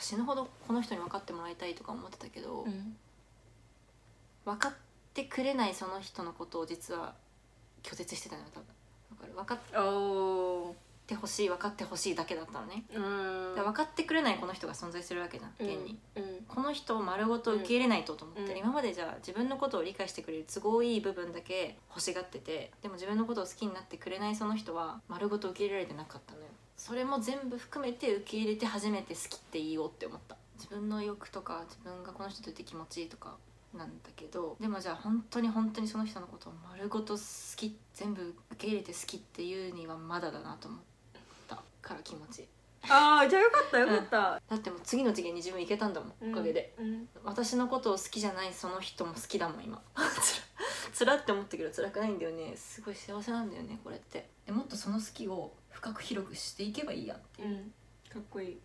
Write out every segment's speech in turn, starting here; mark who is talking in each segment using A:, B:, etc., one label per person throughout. A: 死ぬほどこの人に分かってもらいたいとか思ってたけど、
B: うん
A: 分かってくれないその人のことを実は拒絶してたのよ多分分かる分かっ
B: お
A: てほしい分かってほしいだけだったのね、
B: うん
A: だから分かってくれないこの人が存在するわけじゃん現に、
B: うん
A: この人を丸ごと受け入れないとと思って、
B: うん
A: 今までじゃあ自分のことを理解してくれる都合いい部分だけ欲しがっててでも自分のことを好きになってくれないその人は丸ごと受け入れられてなかったのよそれも全部含めて受け入れて初めて好きっていいよって思った自分の欲とか自分がこの人といて気持ちいいとかなんだけどでもじゃあ本当に本当にその人のことを丸ごと好き全部受け入れて好きっていうにはまだだなと思ったから気持ちいい
B: ああじゃあよかったよかった、
A: だってもう次の次元に自分行けたんだもんおかげで、
B: うん
A: 私のことを好きじゃないその人も好きだもん今 つらつらって思ったけど辛くないんだよねすごい幸せなんだよねこれってえもっとその好きを深く広くしていけばいいやって
B: う
A: いう、
B: んかっこいい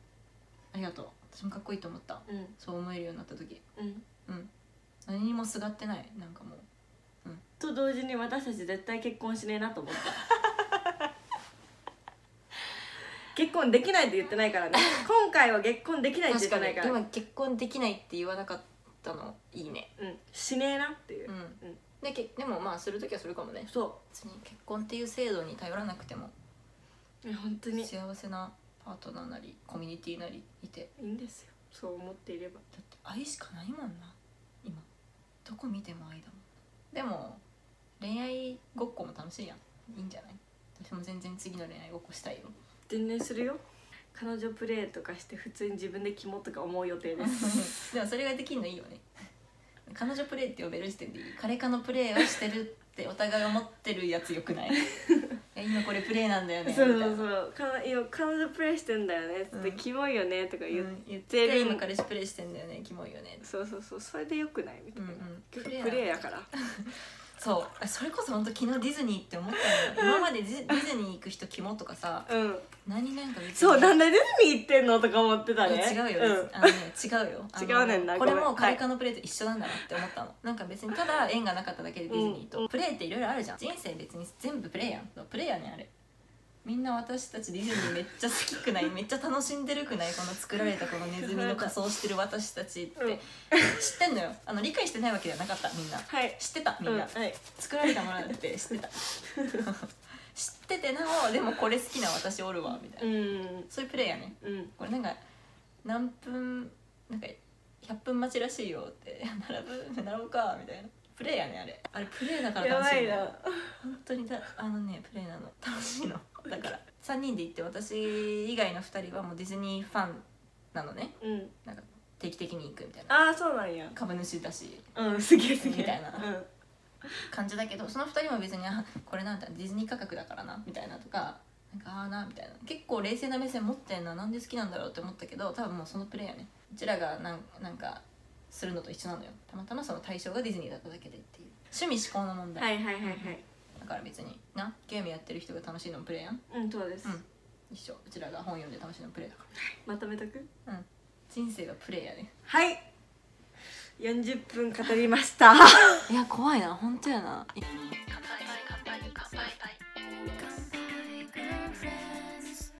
A: ありがとう私もかっこいいと思った
B: うん
A: そう思えるようになった時
B: うん
A: うん何にもすがってないなんかもう
B: と同時に私たち絶対結婚しねえなと思った結婚できないって言ってないからね今回は結婚できないって言
A: 確
B: ってな
A: かに
B: いから
A: 今結婚できないって言わなかったのいいね
B: うん、しねえなっていう
A: うん、でけでもまあする時はするかもね
B: そ
A: 別に結婚っていう制度に頼らなくても
B: ういや本当にい
A: 幸せなパートナーなりコミュニティなりいて
B: いんですよそう思っていれば
A: だって愛しかないもんな今どこ見ても愛だもんでも恋愛ごっこも楽しいやんいいんじゃない私も全然次の恋愛ごっこした いよ
B: 全然するよ彼女プレイとかして普通に自分でキモとか思う予定です
A: でもそれができるのいいよね彼女プレイって呼べる時点でいい彼彼のプレイをしてるってお互い思ってるやつよく ないいや今これプレイなんだよねみた
B: そ
A: いうな
B: そうそう彼女彼女プレイしてんだよねつって、
A: うん
B: キモいよねとか言
A: 言
B: っ
A: 言って
B: る
A: て今彼氏プレイしてんだよねキモいよね
B: そうそうそうそれでよくないみたいな、
A: うんうん
B: 結構プレイやから
A: そうあそれこそ本当昨日ディズニーって思ったのよ今までディズディズニー行く人キモとかさ
B: うん
A: 何なんか別に
B: そうなんでディズニー行ってんのとか思ってたね
A: 違うよ、あのね違う よあの
B: 違うねんな
A: これも
B: ごめ
A: うんカリカのプレーと一緒なんだなって思ったの、なんか別にただ縁がなかっただけでディズニーと、プレーっていろいろあるじゃん人生別に全部プレーやんプレーやねんあれみんな私たちディズニーめっちゃ好きく ないめっちゃ楽しんでるくないこの作られたこのネズミの仮装してる私たちって、
B: うん
A: 知ってんのよあの理解してないわけじゃなかったみんな
B: はい、はい
A: 知ってたみ
B: うんん
A: な、
B: はい
A: 作られたものだって知っ てた知っててなおでもこれ好きな私おるわみたいな、
B: うん
A: そういうプレーやね
B: うん
A: これなんか何分なんか100分待ちらしいよって 並ぶ並ぶかみたいなプレイやねあれあれプレイだから
B: や
A: 楽
B: ば
A: しい
B: い
A: の
B: な
A: 本当にだあのねプレイなの楽しいのだから3人で行って私以外の2人はもうディズニーファンなのね
B: うん
A: なんか定期的に行くみたいな
B: ああそうなんや
A: 株主だし
B: うんすげえすげえ
A: みたいな
B: うん
A: 感じだけどその2人も別にあこれなんだディズニー価格だからなみたいなとかなんかああなみたいな結構冷静な目線持ってんななんで好きなんだろうって思ったけど多分もうそのプレイやねうちらがなんなんかするのと一緒なのよたまたまその対象がディズニーだっただけでっていう趣味思考の問題、
B: はいはいはいはい
A: だから別になゲームやってる人が楽しいのもプレイやん
B: うんそうです、
A: うん一緒うちらが本読んで楽しいのもプレイだか
B: まとめとく
A: らうん人生はプレイやね
B: はい40分語りました
A: いや怖いな本当やな語る